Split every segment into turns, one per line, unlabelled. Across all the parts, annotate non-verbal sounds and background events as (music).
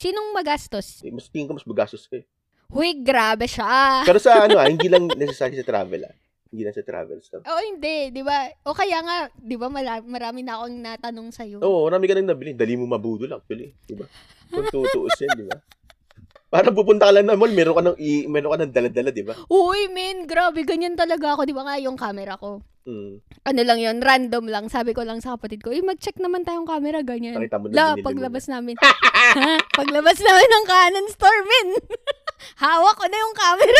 Sinong magastos?
Eh, Mas tingin ko mas bagastos kayo.
Huy, grabe siya.
Pero sa ano ah, hindi lang necessary sa travel ah. Hindi lang sa travel stuff.
Oo, hindi, di ba? O kaya nga, di ba, mala- marami na akong natanong sa'yo.
Oo, marami ka nang nabili. Dali mo mabudol actually. Di ba? Kung tutuusin, di ba? Parang pupunta ka lang na mall, meron ka ng, i- meron ka ng dala-dala, diba? di ba?
Uy, men, grabe, ganyan talaga ako. Di ba nga yung camera ko?
Mm.
Ano lang yon random lang. Sabi ko lang sa kapatid ko, eh, mag-check naman tayong camera, ganyan.
Nakita mo na
La,
binili mo.
paglabas namin. Ha? paglabas namin ng Canon store, men. (laughs) Hawak ko na yung camera.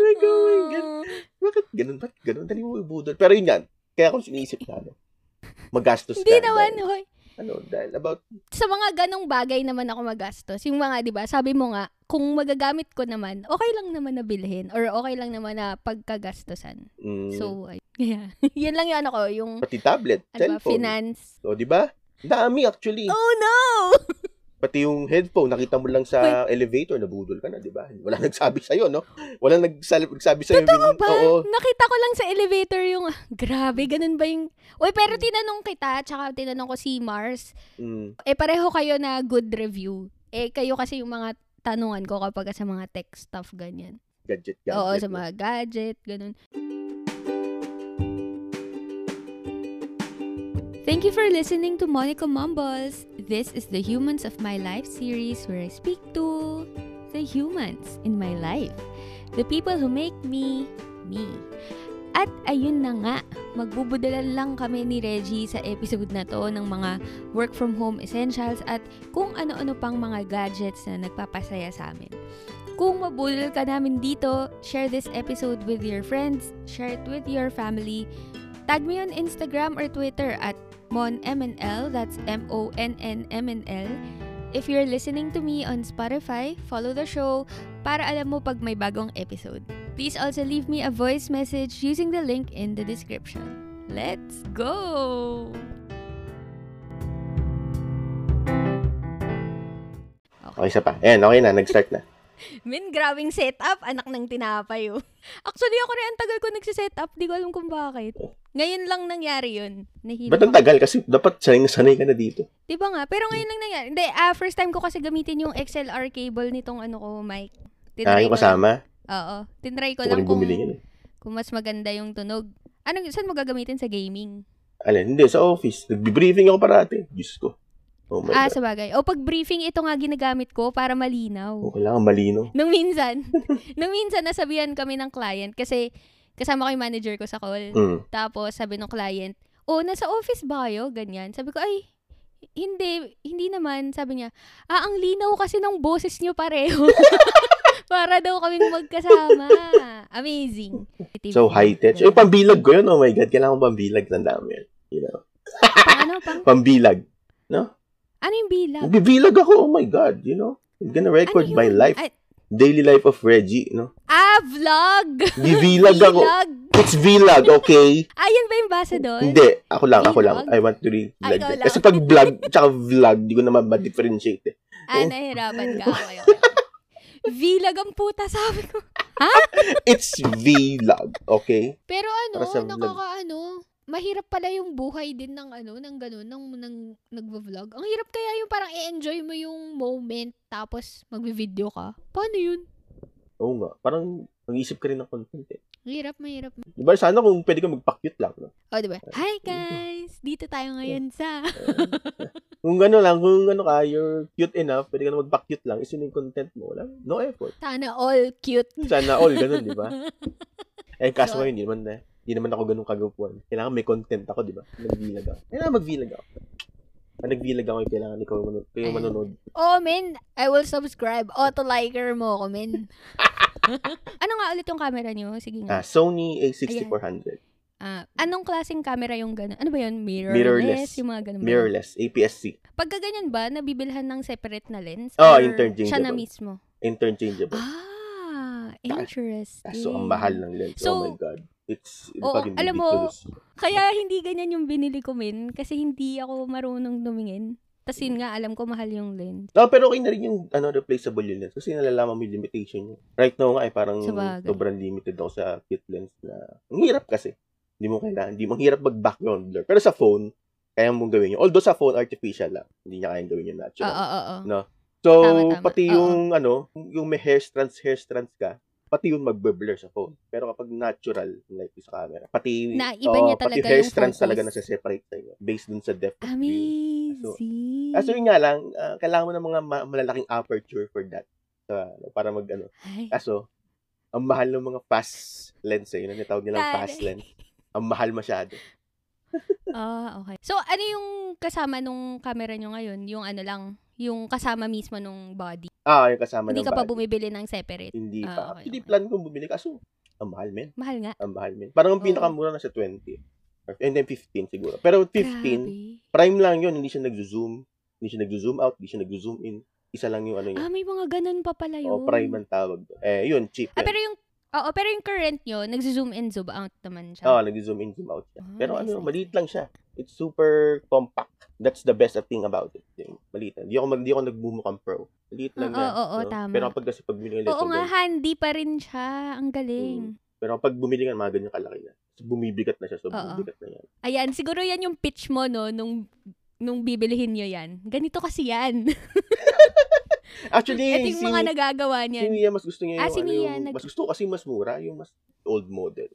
Like, oh my God. Bakit ganun? Bakit ganun? Dali mo ibudol. Pero yun yan. Kaya kung sinisip na, ano, magastos
Hindi
ka.
naman,
Dahil,
hoy.
ano, dahil about,
Sa mga ganong bagay naman ako magastos. Yung mga, di ba, sabi mo nga, kung magagamit ko naman, okay lang naman na bilhin or okay lang naman na pagkagastosan.
mm,
So, ay, (laughs) yeah. yan lang yung ano ko, yung
pati tablet,
ano ba,
cellphone. Mm.
finance.
O, di ba? Dami actually.
Oh no!
Pati yung headphone, nakita mo lang sa elevator, nabudol ka na, di ba? Wala (laughs) nagsabi sa'yo, no? Wala nagsal- nagsabi sa'yo.
Totoo
min-
ba?
Oo.
Nakita ko lang sa elevator yung, ah, grabe, ganun ba yung... Uy, pero tinanong kita, tsaka tinanong ko si Mars,
Mm.
eh pareho kayo na good review. Eh kayo kasi yung mga tanungan ko kapag sa mga tech stuff ganyan.
Gadget, gadget.
Oo, sa mga gadget, ganun. Thank you for listening to Monica Mumbles. This is the Humans of My Life series where I speak to the humans in my life. The people who make me, me. At ayun na nga, magbubudalan lang kami ni Reggie sa episode na to ng mga work from home essentials at kung ano-ano pang mga gadgets na nagpapasaya sa amin. Kung mabulol ka namin dito, share this episode with your friends, share it with your family. Tag me on Instagram or Twitter at monmnl, that's M-O-N-N-M-N-L. If you're listening to me on Spotify, follow the show para alam mo pag may bagong episode. Please also leave me a voice message using the link in the description. Let's go!
Okay, isa pa. Ayan, okay na. Nag-start
(laughs)
na.
Min, grabing setup. Anak ng tinapay, oh. (laughs) Actually, ako rin, ang tagal ko nagsisetup. Di ko alam kung bakit. Ngayon lang nangyari yun. Nahilo.
Ba't ang tagal? Kasi dapat sanay na sanay ka na dito.
Di ba nga? Pero ngayon lang nangyari. Hindi, ah, first time ko kasi gamitin yung XLR cable nitong ano ko, mic.
Ah, yung
ko lang-
kasama.
Oo. Tinry ko
Ikaw
lang
rin
kung,
bumili yan. eh.
kung mas maganda yung tunog. Ano, saan mo gagamitin sa gaming?
Alin, hindi, sa office. Nagbi-briefing ako parati. Diyos ko. Oh my
ah,
God.
sa bagay. O pag briefing, ito nga ginagamit ko para malinaw.
Oh, kailangan malino.
Nung minsan, (laughs) nung minsan nasabihan kami ng client kasi kasama ko yung manager ko sa call.
Mm.
Tapos sabi ng client, oh, nasa office ba kayo? Ganyan. Sabi ko, ay, hindi, hindi naman. Sabi niya, ah, ang linaw kasi ng boses niyo pareho. (laughs) Para daw kaming magkasama. Amazing.
So, high tech. Eh, pambilag ko yun. Oh my God. Kailangan ko pambilag. Tandaan mo yan. You know?
Pang ano, pang,
Pambilag.
ano yung bilang?
Magbibilag ako. Oh my God. You know? I'm gonna record
Ano
my
yun?
life.
Ay-
Daily life of Reggie. You know?
ah, vlog!
Bibilag ako.
Vlog!
It's vlog, okay?
Ah, yan ba yung basa doon?
Hindi. Ako lang, ako lang.
Vlog?
I want to read
Ah,
vlog.
ikaw
that.
lang.
Kasi pag vlog, tsaka vlog, di ko naman ma-differentiate eh.
Ah,
Oo.
nahirapan
(laughs)
ka. Okay, okay. Vlog ang puta, sabi ko.
It's vlog, okay?
Pero ano,
Para sa vlog.
nakakaano, mahirap pala yung buhay din ng ano, ng ganun, ng, ng nagvo-vlog. Ang hirap kaya yung parang i-enjoy mo yung moment tapos magvi-video ka. Paano yun?
Oo nga. Parang mag-isip ka rin ng content eh.
Mahirap, mahirip. O,
Diba, sana kung pwede ka magpa-cute lang. No?
di ba? Hi guys! Dito tayo ngayon sa... (laughs)
Kung ano lang, kung ano ka, you're cute enough, pwede ka na magpa-cute lang. Isin yung content mo. Wala, no effort.
Sana all cute.
Sana all, ganun, di
(laughs)
ba? Eh,
So-
kaso ngayon, hindi naman na. Hindi naman ako ganun kagapuan. Kailangan may content ako, di ba? Nag-vlog ako. Kailangan mag-vlog ako. Pag nag-vlog ako, eh, kailangan ikaw yung manu- kayo yung manonood.
Oh, men! I will subscribe. Auto-liker mo ako,
(laughs)
men. ano nga ulit yung camera niyo? Sige nga.
Ah, Sony A6400.
Ah, anong klaseng camera yung gano'n? Ano ba yun? Mirrorless?
Mirrorless.
Yung mga ganun ba?
Mirrorless, APS-C.
Pagka ganyan ba, nabibilhan ng separate na lens?
Oo,
Or
interchangeable.
Siya na mismo?
Interchangeable.
Ah, interesting.
Kaso, ang mahal ng lens.
So-
oh my God. It's
Oo,
fucking
alam mo,
ridiculous.
Kaya hindi ganyan yung binili ko, min. Kasi hindi ako marunong dumingin. Tapos yun nga, alam ko mahal yung lens.
No, pero okay na rin yung ano, replaceable yung lens kasi nalalaman mo yung limitation niya. Right now nga ay parang
Sabagay.
sobrang limited ako sa kit lens na ang hirap kasi. Hindi mo kailangan, hindi mo ang hirap mag-background blur. Pero sa phone, kaya mong gawin yun. Although sa phone, artificial lang. Hindi niya kayang gawin yung
Oo,
natural.
oo, oo.
No. So,
Tama, tama.
pati
Oo.
yung, ano, yung may hair strands, hair strands ka, pati yung magbe-blur sa phone. Pero kapag natural, like sa camera, pati,
Naiba
oo,
niya
pati
talaga
hair
yung
strands
focus.
talaga na separate sa'yo. Based dun sa depth of view.
Amazing.
Kaso yun nga lang, ah, kailangan mo ng mga ma- malalaking aperture for that. Ah, para mag, ano,
Ay.
Kaso, ang mahal ng mga fast lens eh. Yun ang tawag nilang
Taray.
fast lens. Ang mahal masyado.
(laughs) Ah, okay. So, ano yung kasama nung camera nyo ngayon? Yung ano lang, yung kasama mismo nung body.
Ah, yung kasama
Hindi
ng
ka pa
body.
bumibili ng separate.
Hindi
Ah,
pa.
okay,
Hindi
okay.
plan kong bumili. Kaso, ang mahal men.
Mahal nga.
Ang mahal men. Parang ang
Oo.
pinakamura na sa 20. Or- And then 15 siguro. Pero 15,
Grabe.
prime lang yun. Hindi siya nag-zoom. Hindi siya nag-zoom out. Hindi siya nag-zoom in. Isa lang yung ano yun.
Ah, may mga ganun pa pala Ah, yun.
o prime ang tawag. doon. Eh, yun, cheap.
Ah,
yan.
pero yung, oo, pero yung current nyo, nag-zoom in, zoom out naman siya.
Oo, Ah, nag-zoom in, zoom out siya.
Ah,
Pero
nice,
ano,
nice,
maliit
nice.
lang siya. It's super compact. That's the best thing about it. Yung Maliit lang. Di ako, mag- di ako nagbumukhang pro. Maliit lang
Oo,
na.
Ah, oo, oo, tama.
Pero kapag kasi pag bumili
Oo
ng little
nga,
girl,
handy pa rin siya. Ang galing.
pero kapag bumili ka, ng mga ganyan kalaki na. So, bumibigat na siya. So,
Oo.
bumibigat na yan.
Ayan, siguro yan yung pitch mo, no, nung nung bibilihin nyo yan. Ganito kasi yan. (laughs)
Actually,
Ito
si,
yung mga nagagawa
si
niyan.
Nia, mas gusto niya yung,
Ah, si
ano,
Nia,
yung-
nag-
mas gusto ko kasi mas mura, yung mas old model.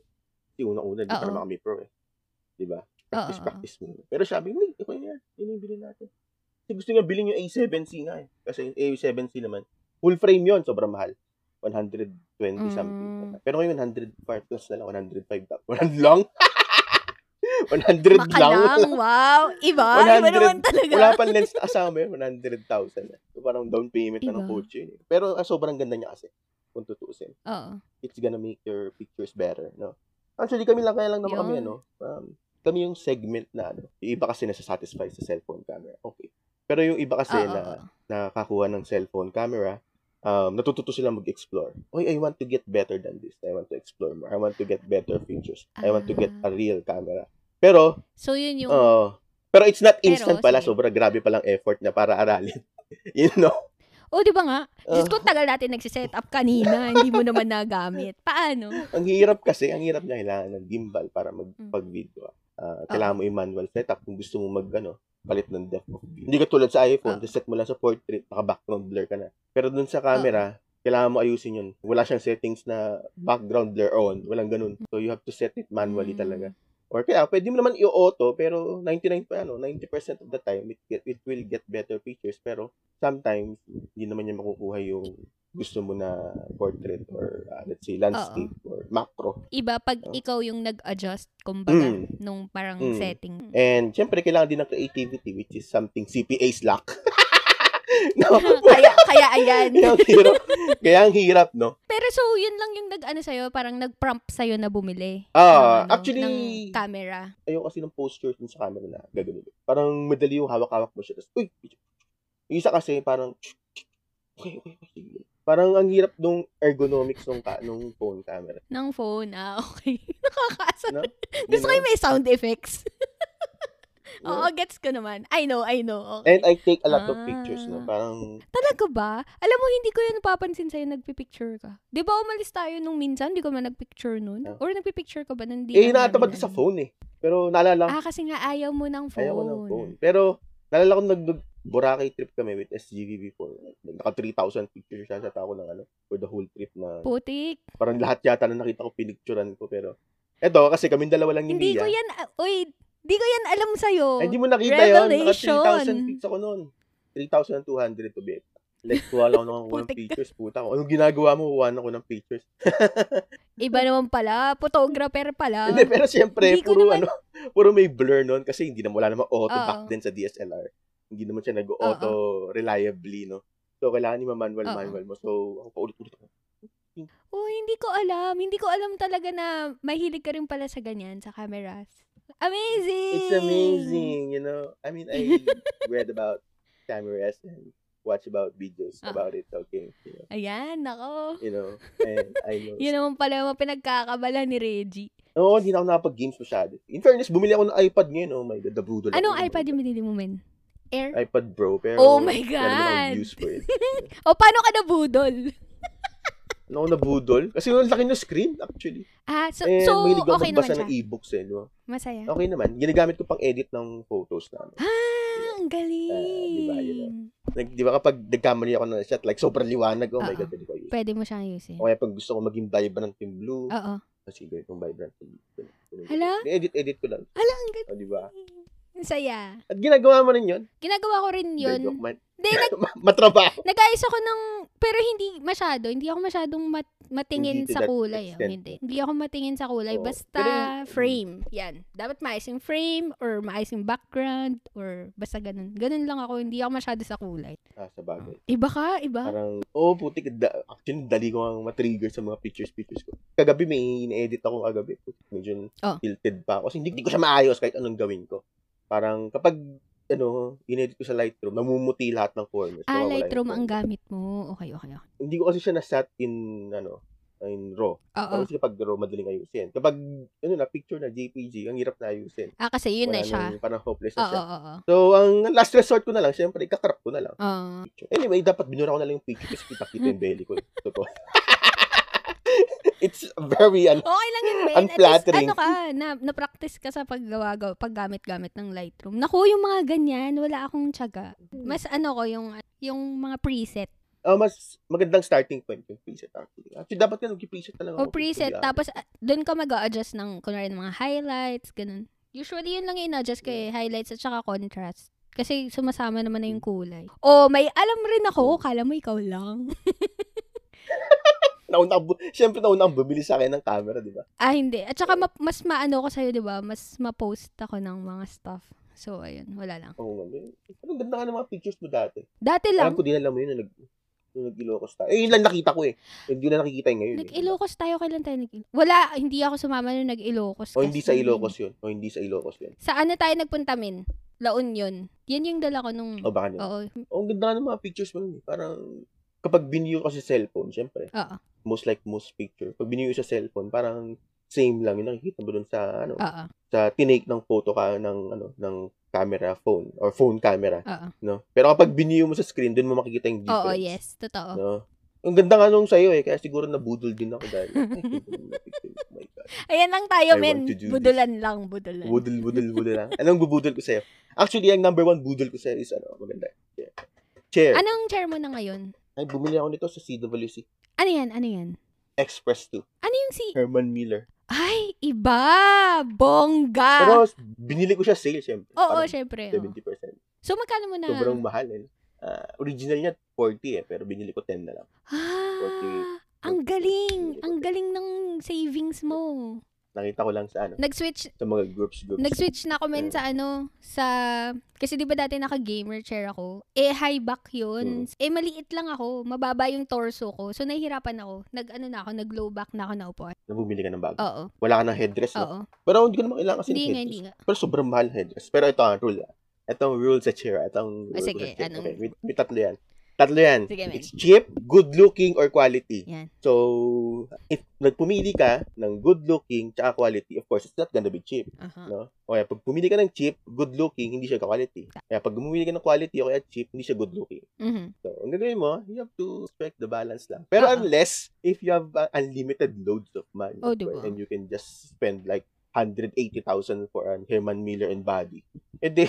Yung una-una, di
Oo.
pa naman kami pro eh. Di ba? Practice,
Oo, oo.
practice muna. Pero sabi, hindi, okay na yan. Yun yung bilhin natin. Kasi gusto niya bilhin yung A7C nga eh. Kasi yung A7C naman, full frame yon sobrang mahal. 120
Mm.
something. Pero ngayon, 100 parts na lang, 105 lang. 100 (laughs) lang? 100 lang?
Makalang, wow.
(laughs)
Iba, iba
100.
naman talaga.
(laughs) Wala pang lens na kasama yun, 100,000. na. So, parang down payment na
Iba.
ng kotse yun. eh. Pero ah, sobrang ganda niya kasi, kung tutuusin.
Oo.
It's gonna make your pictures better, no? Actually, kami lang, kaya lang naman kami,
Yun.
ano, um, kami yung segment na, ano, yung iba kasi nasa-satisfy sa cellphone camera. Okay. Pero yung iba kasi
Oo,
na
oo.
nakakuha ng cellphone camera, um, natututo sila mag-explore. Oy, I want to get better than this. I want to explore more. I want to get better features. I want to get a
Ah.
real camera. Pero,
So, yun yung,
Oo. pero it's not instant
Pero,
pala.
sige.
Sobra grabe palang effort na para aralin. (laughs) you know?
oh, di ba nga? Diyos
Oo.
ko, tagal natin nagsiset up
(laughs)
kanina. hindi mo naman nagamit. Paano?
ang hirap kasi, ang hirap niya kailangan ng gimbal para
Mm.
magpag-video. Ah, kailangan mo yung manual setup kung gusto mo mag, ano, palit ng depth of view. Hindi ka tulad sa iPhone,
Oo.
set mo lang sa portrait, naka-background blur ka na. Pero dun sa
Ah.
camera, kailangan mo ayusin yun. Wala siyang settings na background blur on. Walang ganun. So, you have to set it manually
Mm.
talaga. Or kaya, pwede mo naman i-auto, pero 99, pa- ano, 90% of the time, it, get- it will get better pictures. Pero, sometimes, hindi naman niya makukuha yung gusto mo na portrait or, ah, let's say, landscape or macro.
Iba pag
Oo.
ikaw yung nag-adjust, kumbaga,
Oh. Mm.
nung parang
Mm.
setting.
And, syempre, kailangan din ng creativity, which is something CPA's lack. (laughs)
(laughs)
no,
kaya,
(laughs)
kaya ayan.
kaya ang hirap. Kaya ang hirap, no?
Pero so, yun lang yung nag-ano sa'yo, parang nag-prompt sa'yo na bumili. ng
Ah,
ano,
actually-
ng camera.
Ayoko kasi ng posture dun sa camera na gagawin. Parang madali yung hawak-hawak mo siya. Tapos, uy! Yung isa kasi, parang, okay, okay, okay. sige. Parang ang hirap nung ergonomics nung, ka, nung phone camera.
Ng phone. Ah, (laughs) okay. Nakakaasar.
No?
Gusto ko
know?
yung may sound effects.
No?
Oo, gets ko naman. I know, I know. Okay.
And I take a lot of
Ah.
pictures, no? Parang,
Talaga ba? Alam mo, hindi ko yun napapansin sa'yo nagpipicture ka. Di ba umalis tayo nung minsan, hindi ko man nagpicture nun?
Ah.
Or nagpipicture ka ba nun? Hindi
eh,
lang namin
natamad ko sa
alam.
phone, eh. Pero, naalala ko
Ah, kasi nga ayaw mo ng phone.
Ayaw ko ng phone. Pero, nalala ko nag Boracay trip kami with SGV before. Naka 3,000 pictures siya sa tao ng ano, for the whole trip na
Putik.
parang lahat yata na nakita ko pinicturean ko pero eto kasi kami dalawa lang ni
Hindi ko
Mia.
yan, ah, uy, hindi ko yan alam sa'yo.
Ay, di mo nakita yon Naka
Revelation.
3,000 pics ako noon. 3,200 to be exact. Like, kuha lang
(laughs)
ako ng kuha ng
Putik.
pictures. Puta ko. Anong ginagawa mo? Kuha ako ng pictures.
Iba
(laughs)
naman pala, photographer pala.
Hindi, pero
Ah,
siyempre,
Hindi ko
puro
naman-
ano, (laughs) puro may blur nun kasi hindi naman, wala naman auto
Oo.
back then sa DSLR. Hindi naman siya nag-auto reliably, no? So, kailangan yung
Oo.
manual-manual mo. So, ako paulit-ulit ako.
Uy, Oh, hindi ko alam. Hindi ko alam talaga na mahilig ka rin pala sa ganyan, sa cameras. Amazing!
It's amazing, you know? I
(laughs)
mean, I read about cameras and watch about videos
Oo.
about it, okay? You know,
Ayan, nako.
you know and
(laughs)
I know.
Yun naman pala yung mga pinagkakabala ni Reggie.
Oo, hindi na ako nakapag-games masyado. In fairness, bumili ako ng iPad ngayon. Oh my God, nabudol ako.
Anong
Oh my
Ano iPad
God.
yung binili mo, men? Air?
iPad Pro, pero
Oh my Oh,
wala naman akong
God!
views for it.
O, paano ka nabudol?
Ano ako nabudol? Kasi yung laki ng screen, actually.
Ah, so,
And
so
Eh, mahilig ako
okay naman
magbasa
siya.
ng e-books eh. No?
Masaya.
Okay naman. Ginagamit ko pang edit ng photos ano. namin.
Ah, ang galing.
diba, yun Nag, di ba kapag nagkamali ako ng shot, like sobrang liwanag, oh my
Oo.
God, pwede ko yun.
Pwede mo siyang ayusin.
O kaya pag gusto ko maging vibrant yung blue,
Oo.
kasi gawin kong vibrant yung blue.
Hala?
Edit-edit ko lang.
Ala, ang galing.
O, di ba?
Ang saya.
At ginagawa mo rin yun.
Ginagawa ko rin
Hindi,
yun.
joke man.
Hindi, nag,
(laughs) Matrabaho.
nag-ayos ako ng, pero hindi masyado. Hindi ako masyadong mat- matingin
Hindi to
sa
that
kulay. Oh,
extent.
hindi. Hindi ako matingin sa kulay.
Oo.
Basta
Pero yung-
frame. Yan. Dapat maayos yung frame or maayos yung background or basta ganun. Ganun lang ako. Hindi ako masyado sa kulay.
Ah, sa bagay.
Iba ka? Iba?
Parang, oh, putik. Da, actually, dali ko ang matrigger sa mga pictures-pictures ko. Kagabi, may in-edit ako kagabi. Medyo
Oh.
tilted pa ako. Kasi hindi, hindi ko siya maayos kahit anong gawin ko. Parang kapag, ano, in-edit ko sa Lightroom, namumuti lahat ng corners.
Ah,
Nawawala yung
Lightroom ang
corner.
gamit mo. Okay, okay, okay.
Hindi ko kasi siya na-set in, ano, in raw.
Oo.
Kasi kapag raw, madaling ayusin. Kapag, ano na, picture na, JPG, ang hirap na ayusin.
Ah, kasi yun na
Wala
siya.
nang- Parang hopeless na
Oo,
siya.
oo, oo.
So, ang last resort ko na lang, syempre, ikakrap ko na lang.
Ah.
picture. Anyway, dapat binura ko na lang yung picture kasi kita-kita yung belly ko. Totoo. It's very, ano,
Okay lang yun, Ben. At least,
Unflattering.
ano ka, na, na-practice ka sa paggawa, paggamit-gamit ng Lightroom. Naku, yung mga ganyan, wala akong tiyaga. Mas ano ko, yung, yung mga preset.
ah, mas magandang starting point yung preset actually. Actually, dapat ka nag-preset na lang
O
ako.
Oh, preset,
Kaya,
tapos ah, doon ka mag adjust ng, kunwari, ng mga highlights, ganun. Usually, yun lang yung in-adjust ko eh, highlights at saka contrast. Kasi sumasama naman na yung kulay. O, may alam rin ako, kala mo ikaw lang. (laughs)
Nauna, ang bu- Siyempre, nauna ang bumili sa akin ng camera, di ba?
ah, hindi. At saka, ma- mas maano ko sa'yo, di ba? Mas ma-post ako ng mga stuff. So, ayun, wala lang.
Oo, oh, Parang ganda ka ng mga pictures mo dati.
Dati lang,
Alam ko din alam mo yun, nung nag, nung nag-Ilocos tayo. Eh, yun lang nakita ko eh. Hindi na nakikita yun ngayon. eh.
Nag-Ilocos tayo, kailan tayo nag Wala, hindi ako sumama nung nag-Ilocos.
O Oh, hindi
kasi-
sa Ilocos yun. O hindi sa Ilocos yun.
Saan na tayo nagpunta, min? La Union. Yan yung dala ko nung...
O baka na.
Oo.
O, ang ganda ka ng mga pictures mo. nun eh. Parang, kapag binigyan ko kasi cellphone, syempre,
Oo.
most like most picture. Pag binigay sa cellphone, parang same lang yung nakikita mo dun sa ano,
Oo.
sa tinake ng photo ka ng ano ng camera phone or phone camera,
Oo.
no? Pero kapag binigay mo sa screen, dun mo makikita yung difference.
Oo, yes. Totoo.
No? Ang ganda nga nung sa'yo eh, kaya siguro nabudol din ako
(laughs)
dahil, ay, ganda ng mga picture. oh my God.
Ayan lang tayo,
I
men.
want to do this.
Budulan lang, budulan.
Budol, budol, budol lang. Anong bubudol ko sa'yo? Actually, ang number one budol ko sa'yo is ano, maganda. Chair. Chair.
Anong chair mo na ngayon?
Ay, bumili ako nito sa CWC.
Ano yan? Ano yan?
Express 2.
Ano yung si...
Herman Miller.
Ay, iba! Bongga!
Pero, binili ko siya sale, syempre.
Ah. Oo,
Parang
syempre. Ah. oo.
70%.
So, magkano mo na?
Sobrang mahal eh. Ah, original niya 40 eh, pero binili ko 10 na lang.
Ah, ang galing! Ang galing ng savings mo.
Nakita ko lang sa ano,
Nag-switch
sa mga groups groups.
Nag-switch na ako men sa ano, sa, kasi di ba dati naka-gamer chair ako? Eh, high back yun.
Mm.
Eh, maliit lang ako. Mababa yung torso ko. So, nahihirapan ako. Nag-ano na ako, nag-low back na ako naupo.
na bumili ka ng bago.
Oo,
Wala ka ng headdress. no?
oo.
Pero hindi ko naman kailangan kasi
Hindi nga,
ng headdress.
hindi nga.
Pero sobrang mahal ng headdress. Pero ito ang rule. ah. Ito ang rule sa chair. Ito ang rule
Ah, sige,
sa chair.
anong-
Okay, may, may tatlo yan. Tatlo yan.
Sige, men.
It's cheap, good looking, or quality.
Yan.
So, if nagpumili ka ng good looking tsaka quality, of course, it's not gonna be cheap.
Aha.
No? O kaya, pag pumili ka ng cheap, good looking, hindi siya quality. Kaya pag bumili ka ng quality o kaya cheap, hindi siya good looking.
Mhm.
So, ang gagawin mo, you have to respect the balance lang. Pero
Oo.
unless, if you have uh, unlimited loads of money,
Oh, di ba?
and you can just spend like 180,000 for an Herman Miller and body, eh di,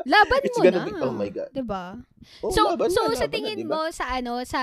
Laban
it's
mo
gonna
na.
be, oh my God.
Diba?
Oh,
so,
laban
so
na,
sa
laban na,
tingin
diba?
mo, sa ano, sa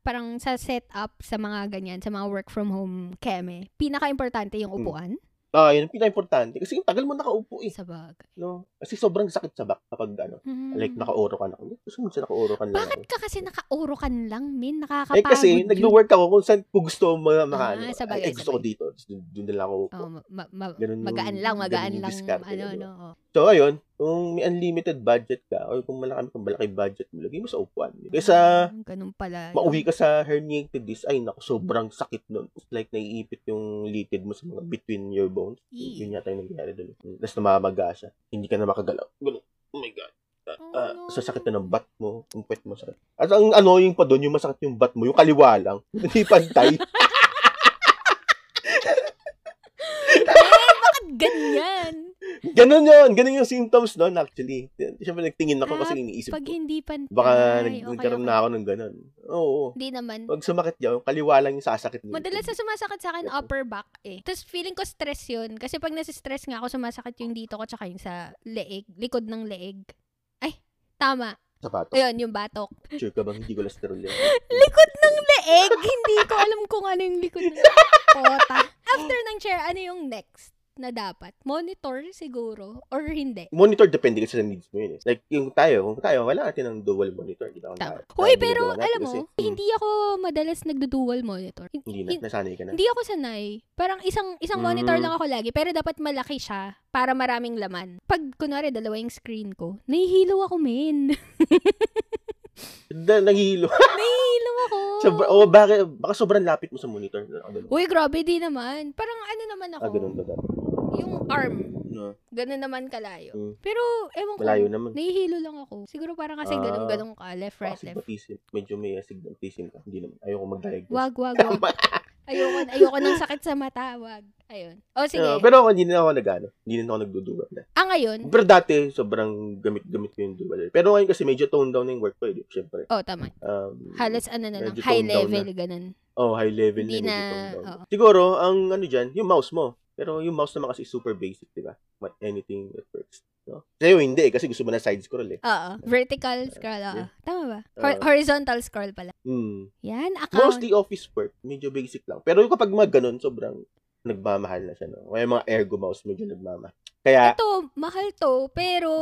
parang sa setup sa mga ganyan, sa mga work from home keme, pinaka-importante yung upuan?
Ah, yun ang pinaka-importante. Kasi yung tagal mo nakaupo eh.
Sa bagay.
No? Kasi sobrang sakit sa back kapag ano,
Mhm.
like nakaoro ka na. Gusto mo siya nakaoro ka na lang.
Bakit ka kasi naka-oro ka lang, Min?
Eh
Nakakapagod.
kasi,
yun.
nagwo-work ako kung saan kung gusto mo mga
Ah,
ano.
sabagay,
Ay, gusto ko
sabagay.
dito. Doon doon na lang ako. upo.
Oh, ma- ma- ma-
Ganun yung-
magaan lang, magaan
ganun yung
lang.
diskarte
ano,
niya, di
no. oh.
So, ayun, kung may unlimited budget ka, or kung malaki, kung malaki budget mo, lagay mo sa upuan. Kaysa,
Mm, Ganun pala.
mauwi ka sa herniated disc, ay, naku, sobrang sakit nun. It's like, naiipit yung litid mo sa mga between your bones.
Ee.
Yun yata yung nangyari dun. Tapos namamaga siya. Hindi ka na makagalaw. Ganun. Oh my God.
Oh,
Ah,
no.
sasakit na ng bat mo, yung puwet mo sakit. At ang annoying pa doon, yung masakit yung bat mo, yung kaliwa lang, (laughs) hindi pantay.
Bakit ganyan?
Ganun yun. Ganun yung symptoms doon actually. Siyempre nagtingin ako (laughs) kasi
Ah,
iniisip
Pag
ko.
hindi pa...
Baka
Ay,
nag- nagkaroon na ako ng ganun. Oo. oo.
Hindi naman.
Pag sumakit yun, kaliwa lang yung sasakit nito.
Madalas na sumasakit sa akin upper back eh. Tapos feeling ko stress yun. Kasi pag nasistress nga ako, sumasakit yung dito ko tsaka yung sa leeg. Likod ng leeg. Ay, tama.
Sapato.
Ayun, yung batok.
Sure ka bang hindi cholesterol yun?
Likod ng leeg! Hindi ko alam kung ano yung likod ng (laughs) pota. After ng chair, ano yung next na dapat? Monitor siguro or hindi?
monitor depende kasi sa needs mo yun. eh. Like, yung tayo, kung tayo, wala natin ng dual monitor. Hindi na
Tama.
tayo.
Hoy,
Tayo
pero
ginagawa natin
alam mo,
kasi, hmm,
hindi ako madalas nagdo-dual monitor. Hin-
hindi
hin-
na, nasanay ka na.
Hindi ako sanay. Parang isang isang monitor
Mm.
lang ako lagi, pero dapat malaki siya para maraming laman. Pag kunwari dalawa yung screen ko, nahihilo ako, men. (laughs)
Da, naghihilo.
nahihilo ako.
Sobra, oh, bakit, baka sobrang lapit mo sa monitor. Ah, ganun.
Uy, grabe di naman. Parang ano naman ako,
Ah, ganun ba dapat?
yung arm,
No.
ganun naman kalayo.
Mm.
Pero ewan ko,
Malayo naman.
nahihilo lang ako. Siguro parang kasi
Ah.
ganun-ganun ka, left,
Baka
right, left.
Astigmatism. Medyo may astigmatism ka. Hindi naman. Ayoko mag-diagnose. (laughs)
Wag, wag, wag. Ayoko, ayoko ng sakit sa mata, wag. Ayun. O sige.
Ah, pero ako, hindi na ako nag ano, Hindi na ako nagduduwa na.
ah, ngayon.
Pero dati, sobrang gamit-gamit ko yung dual. Pero ngayon kasi medyo toned down na yung work ko. Eh, Siyempre.
Oh, tama.
Um,
Halos ano na lang,
Medyo
high
toned down
level, ganun.
Oh, high level
Hindi
na,
na,
medyo toned down.
oo.
Siguro, ang ano dyan, yung mouse mo. Pero yung mouse naman kasi is super basic, di ba? What- Anything that works. No? Sa'yo hindi eh, kasi gusto mo na side scroll eh.
Oo. Vertical scroll, oo.
yeah. Uh.
Tama ba? Hor-
Oo.
horizontal scroll pala.
Hmm.
Yan, account.
Mostly office work, medyo basic lang. Pero yung kapag mga ganun, sobrang nagmamahal na siya. No? Kaya yung mga ergo mouse, medyo nagmamahal. Kaya,
Ito, mahal to, pero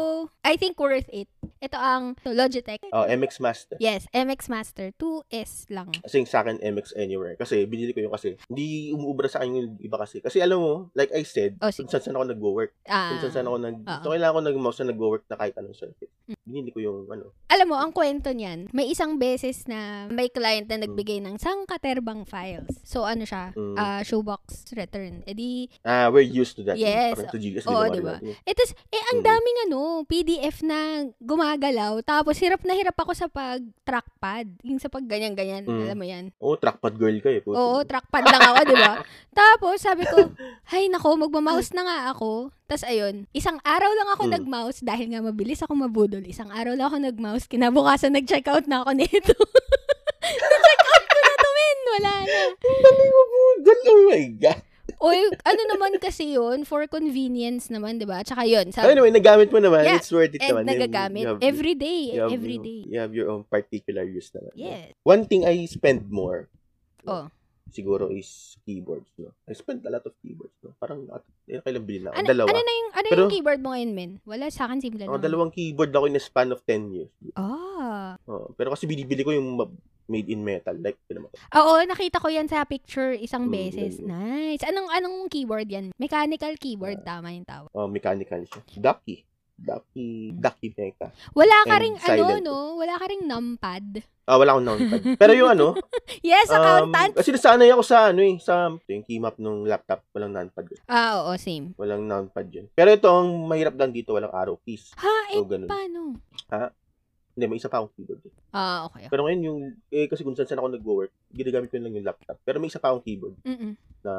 I think worth it. Ito ang to, Logitech.
oh, MX Master.
Yes, MX Master 2S lang.
Kasi yung sa akin, MX Anywhere. Kasi binili ko yung kasi. Hindi umuubra sa akin yung iba kasi. Kasi alam mo, like I said,
Oh, sige.
kung saan ako nagwo-work.
Ah.
Kung saan ako nag...
Oo.
So, kailangan ko nag-mouse na nagwo-work na kahit anong circuit. Binili ko yung ano,
Alam mo, ang kwento niyan, may isang beses na may client na nagbigay ng sangkaterbang files. So, ano siya?
Mm.
Ah, showbox return. E di,
Ah, we're used to that.
Yes.
Parang to GS,
Oo,
ginawa rin
diba?
natin yun.
Eh, tas, eh, ang
Mm.
daming ano, PDF na gumagalaw. Tapos, hirap na hirap ako sa pag-trackpad. Yung sa pag-ganyan-ganyan.
Mm.
Alam mo yan?
Oo, trackpad girl eh, kayo. puto.
Oo, trackpad lang ako, di ba? (laughs) Tapos, sabi ko, hay nako, magmamouse na nga ako. Tapos, ayun, isang araw lang ako
Mm.
nagmouse dahil nga mabilis ako mabudol. Isang araw lang ako nagmouse. Kinabukasan, nag-check out na ako nito. (laughs) nag-check out ko na to, men. Wala na.
Ang galing mo, budol. Oh my God.
Oy, ano naman kasi yun? For convenience naman, di ba? Tsaka yun,
Ay,
sabi,
anyway, nagamit mo naman.
Yeah,
It's worth it
and
naman. Yung-
nagagamit.
you have-
Every day,
you have-
every day.
You have your own particular use naman.
Yes.
One thing I spend more,
Oh.
siguro, is keyboards. No? I spend a lot of keyboards. No? Parang, at- eh, kailan bilhin ako?
Ano,
Dalawa.
ano na yung, ano
Pero- Oh,
yung keyboard mo ngayon, men? Wala sa akin, simple lang.
Ako, dalawang keyboard ako in a span of 10 years.
Ah.
Oo. pero kasi binibili ko yung ma- made in metal. Like, yun naman.
Oo, nakita ko yan sa picture isang
Mm,
beses.
ganun.
Nice. Anong anong keyboard yan? Mechanical keyboard, tama yung tawag.
Oh, mechanical siya. Ducky. Ducky. Ducky Mecha.
Wala ka
And
ring ano,
silent.
no? Wala ka ring numpad. (laughs)
Ah, wala akong numpad. Pero yung ano,
Yes,
Um,
accountant.
kasi nasanay ako sa ano eh, sa yung keymap nung laptop, walang numpad. yun.
ah, oo, same.
Walang numpad yun. Pero ito, ang mahirap lang dito, walang arrow keys.
Ha, eh,
O ganun.
paano?
Hindi, may isa pa akong keyboard. dun.
Ah, okay.
Pero ngayon yung, eh, kasi kung saan saan ako nag-work, ginagamit ko lang yung laptop. Pero may isa pa akong keyboard
Mm-mm.
na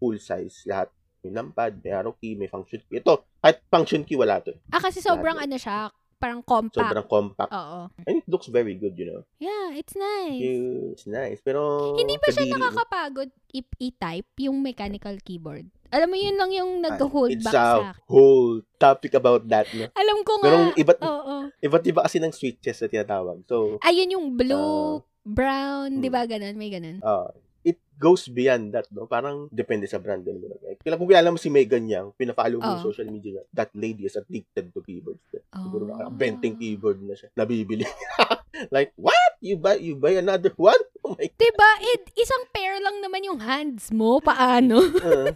full size lahat. May numpad, may arrow key, may function key. Ito, kahit function key wala to.
Ah, kasi sobrang
Grabe.
ano siya, parang compact.
Sobrang compact.
Oo.
And it looks very good, you know.
Yeah, it's nice.
Yeah, It's nice. Pero,
Hindi ba siya
kadiri mo.
nakakapagod i- i-type yung mechanical keyboard? Alam mo, yun lang yung nag-hold
Ah, It's
back sa
a
akin.
whole topic about that. No?
Alam ko nga.
Pero yung iba't,
Oo.
iba't iba kasi ng switches na tinatawag. So,
Ayun yung blue, brown,
mm.
di ba ganun? May ganun.
ah, it goes beyond that, no? Parang depende sa brand. ganun, ganun. Like, kung kilala mo si Megan Yang, pina-follow mo yung
Oo.
social media niya, that lady is addicted to keyboards.
Oh.
Siguro naka-benting keyboard na siya. Nabibili. (laughs) like, what? You buy, you buy another one? (laughs) Oh my
Diba? Ed, isang pair lang naman yung hands
Ah,
mo. Paano?
God.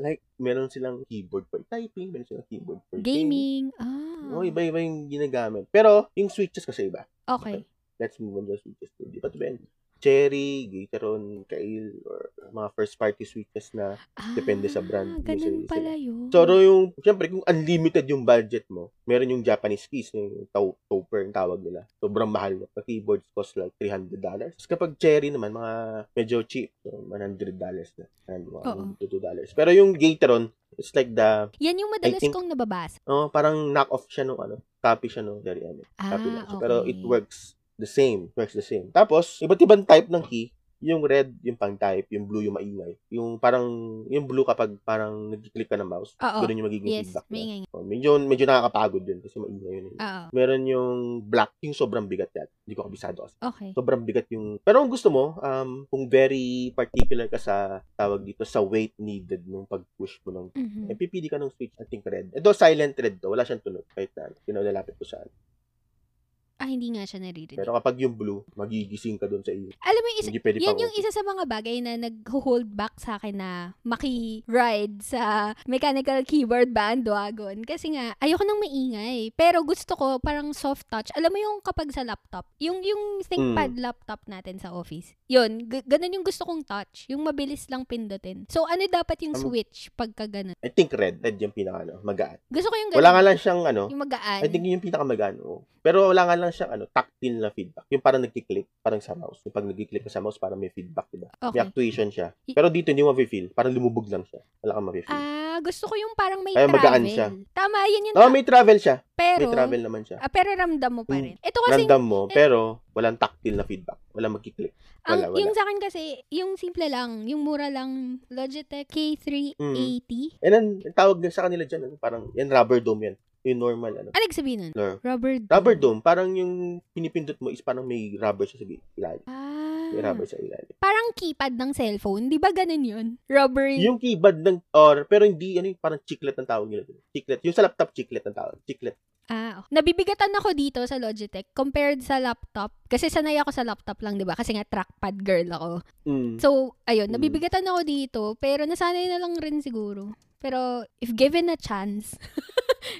like, meron silang keyboard for typing, meron silang keyboard for gaming.
(laughs) Gaming. Ah.
Oh, iba-iba yung ginagamit. Pero, yung switches kasi iba.
Okay.
Let's move on to switches. Di ba, Ben? cherry, Gatorone, kale, or mga first party sweetness na.
Ah,
Depende sa brand.
Ganun
Usually sila.
pala yun.
Pero yung, syempre, kung unlimited yung budget mo, meron yung Japanese keys, yung tau- topper, yung tawag nila. Sobrang mahal. The keyboards cost like $300. Tapos kapag cherry naman, mga medyo cheap, so $100 na. And
Oo.
$100 to $2. Pero yung Gatorone, it's like the,
Yan yung madalas
I think-
kong nababasa.
oh, parang knock-off siya nung ano, copy siya nung Dairy Amic.
Ah,
Copy lang
okay.
siya. Pero it works the same. Works the same. Tapos, iba't ibang type ng key. Yung red, yung pang-type. Yung blue, yung maingay. Yung parang, yung blue kapag parang nag-click ka ng mouse,
Oo.
ganun yung magiging
Oh, Yes,
feedback. niya.
may ingay.
Oh, medyo, medyo nakakapagod yun kasi maingay yun. eh.
Oo,
Meron yung black, yung sobrang bigat yan. Hindi ko kabisado kasi.
okay.
Sobrang bigat yung... Pero kung gusto mo, um, kung very particular ka sa tawag dito, sa weight needed nung pag-push mo ng
Mhm.
eh, pipili ka ng switch, I think red. Ito, silent red to. Wala siyang tunog kahit na pinaulalapit ko saan.
Ah, hindi nga siya naririnig.
Pero kapag yung blue, magigising ka dun sa iyo.
Alam mo yung isa,
Hindi pwede
yan
pang
yung isa sa mga bagay na nag-hold back sa akin na maki-ride sa mechanical keyboard bandwagon. Kasi nga, ayoko nang maingay. Pero gusto ko parang soft touch. Alam mo yung kapag sa laptop, yung, yung ThinkPad
Mm.
laptop natin sa office. Yun, g- ganun yung gusto kong touch. Yung mabilis lang pindutin. So, ano dapat yung
Tama.
switch pagka ganun?
I think red. Red yung pinaka, ano, magaan.
Gusto ko yung ganun.
Wala nga lang siyang, ano,
Yung magaan.
I think yun yung pinaka magaan. oo. Pero wala nga lang siyang, ano, tactile na feedback. Yung parang nagkiklik, parang sa mouse. Yung pag nagkiklik ka sa mouse, parang may feedback, diba? May
okay.
actuation siya.
Y-
Pero dito, hindi mo ma-feel. Parang lumubog lang siya. Wala kang ma-feel.
Ah, gusto ko yung parang may
Ay,
travel.
magaan siya.
Tama, yan yun.
no, Oh, may travel siya.
pero,
May travel naman siya. Mm.
ah, pero ramdam mo pa rin. Ito kasi eh
Random mo, pero walang tactile na feedback. Walang magkiklik. Wala,
Ang,
wala.
Yung sa akin kasi, yung simple lang, yung mura lang, Logitech K380.
And then, ang tawag din sa kanila dyan, ano, parang, yan rubber dome yan. Yung normal, ano.
Ano sabihin nun?
Lure.
Rubber dome.
Rubber dome, parang yung pinipindot mo is parang may rubber siya sa gi- ilalim. May
Ah,
rubber sa ilalim.
parang keypad ng cellphone. Di ba ganun yun? Rubbery.
Yung keyboard ng, or, pero hindi, ano yung parang chiclet ang tawag nila. dun. Chiclet. Yung sa laptop, chiclet ang tawag. Chiclet.
Ah, okay. Nabibigatan ako dito sa Logitech compared sa laptop. Kasi sanay ako sa laptop lang, di ba? Kasi nga trackpad girl ako.
Mm.
So, ayun,
Mm.
nabibigatan ako dito, pero nasanay na lang rin siguro. Pero, if given a chance, (laughs)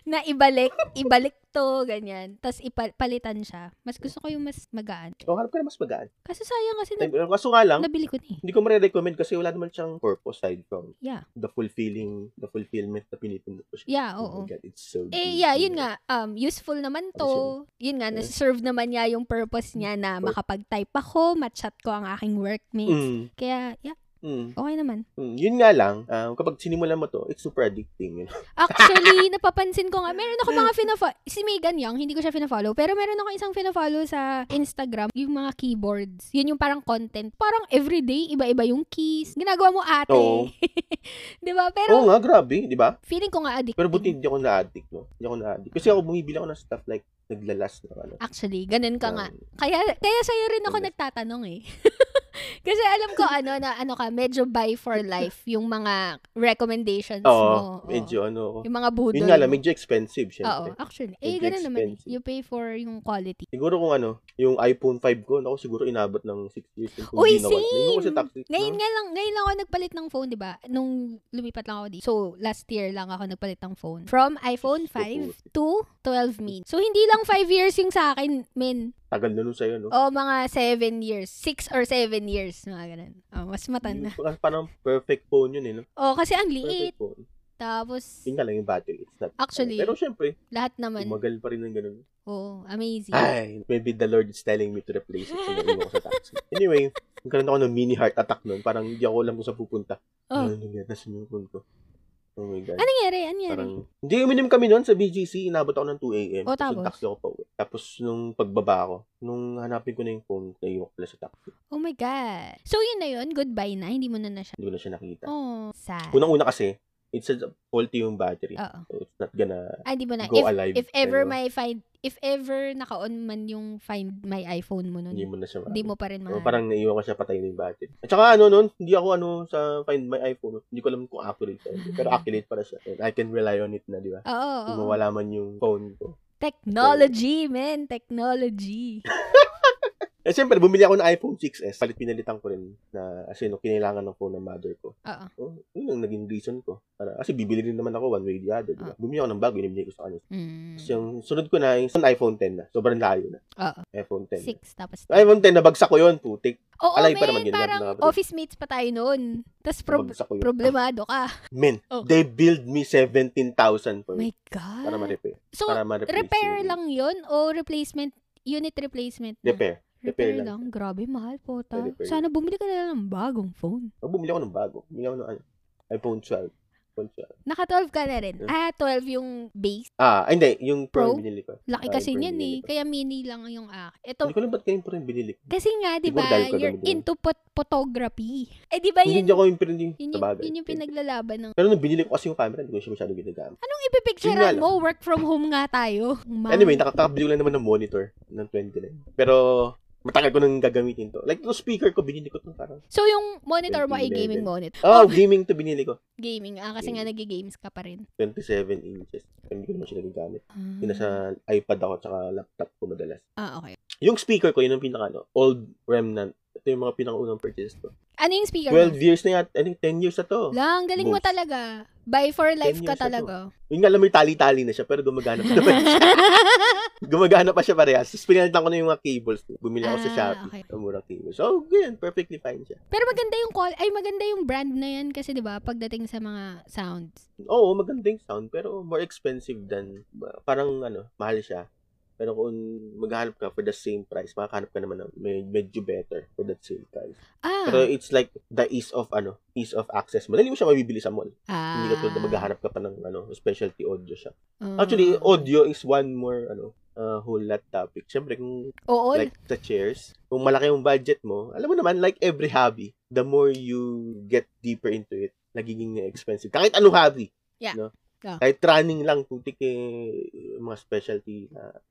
na ibalik, ibalik to, ganyan, tas ipalitan siya, mas gusto ko yung mas magaan.
So, hanap oh, ka na mas magaan. Ano?
Kaso sayang kasi na,
Time- uh, Kaso nga lang,
nabili ko na eh.
hindi ko mare-recommend kasi wala naman siyang purpose aside from
Yeah.
the fulfilling, the fulfillment na pinipindot ko siya.
Yeah,
Oh
oo.
my God, it's
Eh,
so good.
yeah, yun nga, um, useful naman to. Yun nga,
Yeah.
nasiserve naman niya yung purpose niya na makapag-type ako, matchat ko ang aking workmates.
Mm.
Kaya, yeah,
Mm.
okay naman.
Mm. Yun nga lang, um, kapag sinimulan mo to, it's super addicting. You know? (laughs)
Actually, napapansin ko nga, meron ako mga fina-follow. Si Megan Young, hindi ko siya fina-follow. Pero meron ako isang fina-follow sa Instagram, yung mga keyboards. Yun yung parang content. Parang everyday, iba-iba yung keys. Ginagawa mo ate.
Oo.
(laughs) 'Di ba? Pero Mm.
Oo nga, grabe, di ba?
feeling ko nga addicting.
Pero buti hindi ako na-addict, no? Hindi ako na-addict. Kasi ako bumibili ako ng stuff like naglalas na ano.
Actually, ganun ka nga.
ng-
Kaya, kaya sa'yo rin ako
Yes.
nagtatanong eh. (laughs) Kasi alam ko ano na ano ka medyo buy for life yung mga recommendations
Oo,
mo. Oo.
medyo ano. ako.
yung mga budol.
Yun nga lang, medyo
Oo,
expensive, syempre.
actually. Eh,
Medyo
ganun naman. eh.
expensive.
You pay for yung quality.
Siguro kung ano, yung iPhone 5 ko, ako siguro inabot ng 6 years. yun, Kung
Uy,
di na wala. Ngayon ko
same!
sa taxi. no?
Ngayon nga lang, ngayon lang ako nagpalit ng phone, 'di ba? Nung lumipat lang ako dito. So, last year lang ako nagpalit ng phone. From iPhone 5 to 12 min. So, hindi lang 5 years yung sa akin, min.
Tagal na nun sa'yo, no?
O, mga 7 years. 6 or 7 years. Mga ganun. O, mas matanda.
Yung- Parang perfect phone yun, eh, no?
O, kasi ang liit.
Perfect phone.
Tapos,
Yun nga lang yung battery. It's not
Actually,
Pero syempre,
lahat naman.
umagal pa rin ng ganun.
Oo, amazing.
Ay, maybe the Lord is telling me to replace it. So, naiwan ko sa taxi. Anyway, nagkaroon ako ng mini heart attack nun. Parang hindi ako alam kung saan pupunta.
Oh.
Ano nangyari? Nasaan yung phone ko? Oh my God.
Ano nangyari? Ano nangyari?
Parang, hindi, uminom kami noon sa BGC. Inabot ako ng 2 a.m.
O, Oh,
Tapos,
tapos?
yung taxi ako pa uwi. Tapos, nung pagbaba ako, nung hanapin ko na yung phone, naiwan ko pala sa taxi.
Oh my God. So, yun na yun. Goodbye na. Hindi mo na na siya.
Hindi ko na siya nakita.
Oh, sad.
Unang-una kasi, it's a faulty yung battery.
Oo.
So, it's not gonna
Ah, di ba Ah. na?
go
If,
alive.
if ever
Pero,
may find, if ever naka-on man yung find my iPhone mo nun,
Hindi mo na siya
hindi mo pa rin ma-
So, parang naiiwan ko siya patay na yung battery. At saka ano nun, hindi ako ano sa Find My iPhone. Hindi ko alam kung accurate siya. Pero accurate para siya. And I can rely on it na, di ba?
Oo, oo,
Kung
oo.
mawala man yung phone ko.
Technology, man. Technology.
Eh, siyempre, bumili ako ng iPhone 6S. Palit pinalitan ko rin na, as in, kinailangan ng phone ng mother ko.
Oo.
Oh, yun ang naging reason ko. Para, kasi bibili rin naman ako one way or the other. Diba? Bumili ako ng bago, inibigay ko sa kanya.
Mm.
Tapos yung sunod ko na, yung iPhone 10 na. Sobrang layo na.
Oo.
iPhone 10.
Six, tapos...
Yung iPhone 10, nabagsak ko yun, putik.
Oo,
Alay
men,
pa naman yun,
parang
lahat na-
office mates pa tayo noon. Tapos prob-
Nabagsak ko yun.
problemado ka.
Men,
Oh.
they billed me 17,000 for it.
My God.
Para ma-repair.
so,
para ma-replace.
repair
yung-
lang yun o replacement, unit replacement na?
Repair.
Repair,
repair lang.
lang. Grabe, mahal po ta.
Repair.
Sana bumili ka na lang ng bagong phone.
Oh, bumili ako ng bago. Bumili ako ng ano, iPhone 12. iPhone 12.
Naka-12 ka na rin.
Yeah.
Ah, 12 yung base.
Ah, ay, hindi. Yung Pro,
Pro?
binili ko.
Laki
Ah,
kasi niyan
iPhone binili
eh.
ko.
Kaya mini lang yung akin. Ito,
Hindi ko alam ba't kayong Pro yung binili ko.
kasi nga, di
Siguro
ba,
dahil ka
you're
ganun.
into pot- photography. Eh, di ba
Hindi
yun, yun,
ako yung pinili
yun,
sa bagay.
yung pinaglalaban ng...
Pero nung binili ko kasi yung camera, hindi ko siya masyado ginagamit.
Anong
Yun nga
ipipicturean
lang.
mo? Work from home nga tayo. Ma-
Anyway, nakakabili ko lang naman ng monitor ng 29. Pero matagal ko nang gagamitin to. Like, yung speaker ko, binili ko to parang.
so, yung monitor mo ay
2011.
gaming monitor.
Oh, gaming to binili ko.
Gaming. Ah, kasi nga, nagigames ka pa rin.
27 inches. Pero Hindi ko naman siya nagagamit.
Ah.
Yung nasa iPad ako tsaka laptop ko madalas.
Ah, okay.
Yung speaker ko, yun ang pinaka, ano, old remnant. Ito yung mga pinakaunang purchase ko.
Ano yung speaker?
12 years na yata. I think 10 years na to.
Lang, galing mo
Boost.
talaga. Buy for life
Ten
ka
years na to.
talaga. (laughs)
Yun nga lang, may tali-tali na siya, pero gumagana pa naman siya. gumagana pa siya parehas. Tapos pinalitan ko na yung mga cables. Bumili ako sa
Ah,
Shopee.
okay.
Ang murang cables. So, ganyan. Perfectly fine siya.
Pero maganda yung call, ay maganda yung brand na yan kasi 'di ba pagdating sa mga sounds.
Oo, maganda yung sound, pero more expensive than, parang ano, mahal siya. Pero kung maghahanap ka for the same price, makakahanap ka naman ng med- medyo better for that same price.
Ah.
Pero it's like the ease of ano, ease of access mo. Dali mo siya mabibili sa mall.
ah,
Hindi ka tulad na maghahanap ka pa ng ano, specialty audio siya.
ah.
Actually, audio is one more ano, uh, whole lot topic. Siyempre, kung
Oo.
like sa chairs, kung malaki yung budget mo, alam mo naman, like every hobby, the more you get deeper into it, nagiging expensive. Kahit anong hobby.
Yeah.
No?
Yeah.
Kahit running lang, putik eh, yung mga specialty na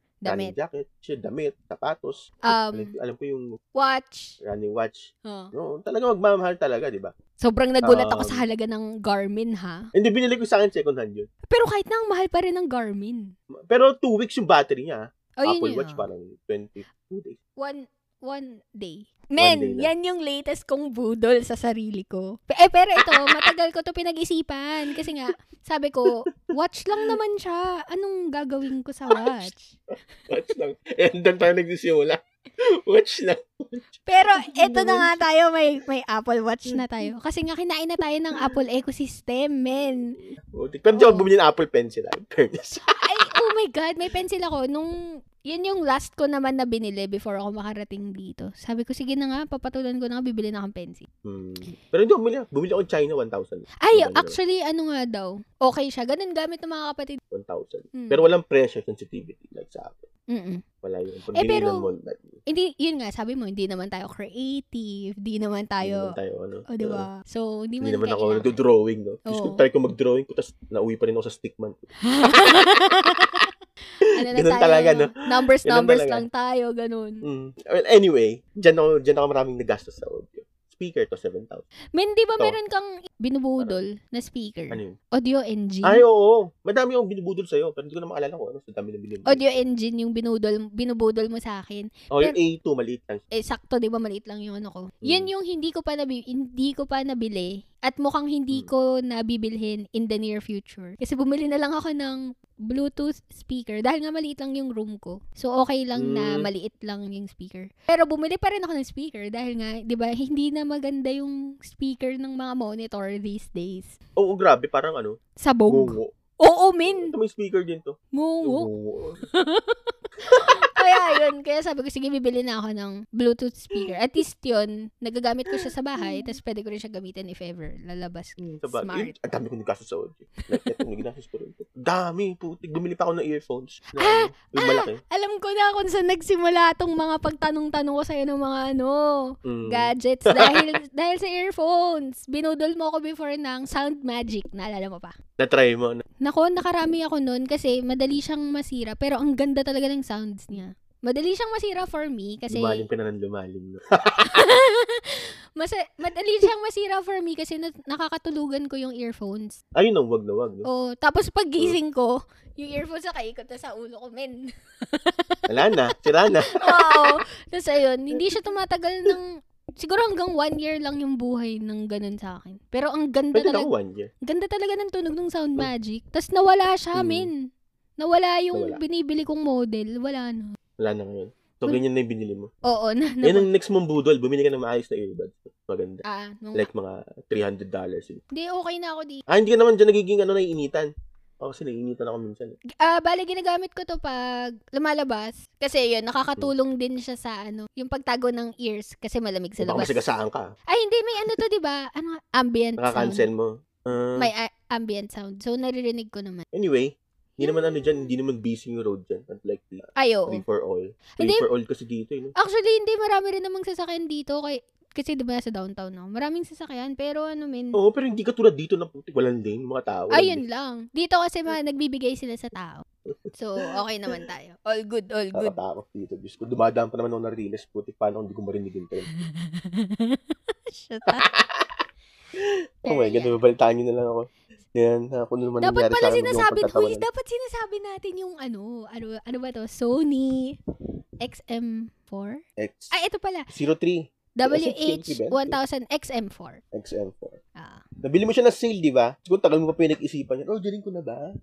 damit,
running jacket, siya, damit, sapatos.
Um,
alam, alam ko yung
watch.
running watch.
Oh.
No, talaga magmamahal talaga, di ba?
Sobrang nagulat ako
Um,
sa halaga ng Garmin ha.
Hindi, binili ko sa akin second hand yun.
Pero kahit na ang mahal pa rin ng Garmin.
Pero two weeks yung battery niya. ah.
Oh, yun
Apple
yun,
Watch
ah.
parang 22 days.
One one day.
One
Men,
day lang.
yan yung latest kong budol sa sarili ko. Pe- Eh, pero
(laughs)
ito, matagal ko to pinag-isipan. Kasi nga, sabi ko, watch lang naman siya. Anong gagawin ko sa watch?
Watch lang. (laughs) And then tayo nagsisimula. Watch lang.
Pero eto na nga tayo, may, may Apple Watch na tayo. Kasi nga, kinain na tayo ng Apple ecosystem, men.
Butik. Pero Oh, di ako bumili ng Apple Pencil. ah, in Fairness.
Ay, oh my God, may pencil ako. Nung, yun yung last ko naman na binili before ako makarating dito. Sabi ko, sige na nga, papatulan ko na nga, bibili na akong pencil.
Hmm. Pero hindi ako bumili. Bumili ako ng China 1,000.
Ay,
Bumili ako.
actually, ano nga daw, okay siya. Ganun gamit ng mga kapatid.
1,000.
Hmm.
Pero walang pressure sensitivity like sa Apple.
Mm-mm.
Wala yun. Pag
Eh,
binili
pero-
ng mall, like, hindi
Hindi, yun nga, sabi mo, hindi naman tayo creative, hindi naman tayo,
naman tayo, ano.
o, Oh, di ba? So, hindi,
Hindi
man
naman ako
kailangan.
(laughs)
Oh.
nagdo-drawing, no? Gusto
Oo.
ko try ko mag-drawing ko, tapos nauwi pa rin ako sa stickman.
ano lang
Ganun
tayo,
talaga, no?
numbers,
Ganun
numbers
talaga.
lang tayo, ganun.
Mm. Well, anyway, dyan ako, dyan ako maraming nagastos sa audio. Speaker to, 7,000.
Men, di ba
Ito.
meron kang binubudol na speaker?
Ano yun?
Audio engine.
Ay, oh. oo. Madami akong binubudol sa'yo, pero hindi ko na maalala ko. Ano sa dami na binibudol.
Audio engine yung binudol, binubudol mo sa akin.
Oh, yung A2, maliit lang.
Eh, sakto, di ba, maliit lang yung ano ko.
Mm.
Yan yung hindi ko pa nabi, hindi ko pa nabili at mukhang hindi
Mm.
ko nabibilhin in the near future. Kasi bumili na lang ako ng Bluetooth speaker dahil nga maliit lang yung room ko. So, okay lang na
Mm.
maliit lang yung speaker. Pero bumili pa rin ako ng speaker dahil nga, di ba, hindi na maganda yung speaker ng mga monitor these days.
Oo, grabe. Parang ano,
Sabog.
gungo.
Oo, min.
Ito may speaker din to.
Ngungo.
Gungo.
kaya yun, kaya sabi ko, sige, bibili na ako ng Bluetooth speaker. At least yun, nagagamit ko siya sa bahay, tapos pwede ko rin siya gamitin if ever, lalabas.
Sa
Mm,
bagay.
Smart.
Ang dami ko nagastos sa audio. Like, ito, may ginastos ko rin. Dami, putik. Bumili pa ako ng earphones. Na,
Ah!
ano, yung malaki.
Alam ko na kung saan nagsimula tong mga pagtanong-tanong ko sa'yo ng mga ano,
Mm.
gadgets. Dahil, (laughs) dahil sa earphones, binudol mo ako before ng Sound Magic, naalala mo pa?
Na-try mo. Na.
Nako, nakarami ako nun kasi madali siyang masira, pero ang ganda talaga ng sounds niya. Madali siyang masira for me kasi
Lumalim ka na ng lumalim. No?
mas madali siyang masira for me kasi na- nakakatulugan ko yung earphones.
Ayun ang wag na wag. No?
Oh, tapos pag gising ko, yung earphones sa ko tas sa ulo ko, men.
(laughs) Wala na. Sira
(laughs)
na.
Oo. Tapos ayun, hindi siya tumatagal ng siguro hanggang one year lang yung buhay ng ganun sa akin. Pero ang ganda
Pwede
talaga,
lang one year.
ganda talaga ng tunog ng Sound Magic. Tapos nawala siya,
Mm.
men. Nawala yung
Nawala.
binibili kong model. Wala na.
Wala na ngayon. So, ganyan na yung binili mo.
Oo, na. na
Yan ang next mong budol. Bumili ka ng maayos na earbuds. Maganda.
ah, nung,
Like mga $300. yun.
Hindi, okay na ako dito.
Ah, hindi ka naman dyan nagiging ano, naiinitan. Ako kasi naiinitan ako minsan. eh.
Ah, bali ginagamit ko to pag lumalabas. Kasi yun,
Hmm.
nakakatulong din siya sa ano, yung pagtago ng ears kasi malamig sa
Baka
labas.
masagasaan ka.
Ay, hindi, may ano to, di ba? Ano, nga? ambient sound.
Nakakancel mo. Ah,
May ah, ambient sound. So, naririnig ko naman.
anyway, hindi naman ano dyan, hindi naman busy yung road dyan. Not like uh,
Ay, oo.
free for all. Free
Hindi.
for all kasi dito, eh, no?
Actually, hindi, marami rin namang sasakyan dito. Kay, kasi di ba sa downtown, no? Maraming sasakyan, pero ano, men.
Oo, pero hindi ka tulad dito na puti. Walang lane, mga tao. walang
Ayun lang. Dito kasi mga nagbibigay sila sa tao. So, okay naman tayo. All good, all
(laughs)
good.
Nakakatakot dito. Diyos ko, dumadaan pa naman ako narinis. Puti, paano kung hindi ko marinig yung term?
Shut up.
Oh my God, nababalitaan nyo na lang ako. Yan, ha, kung ano naman
Dapat
nangyari
pala
sa akin,
sinasabi, huy,
yung pagtatawanan.
dapat sinasabi natin yung ano, ano, ano ba to? Sony XM4?
X.
Ay, ito pala.
03.
WH1000 XM4.
XM4.
Ah.
Nabili mo siya na sale, di ba? Siguro tagal mo pa pinag-isipan yun. Oh, dyan ko na ba?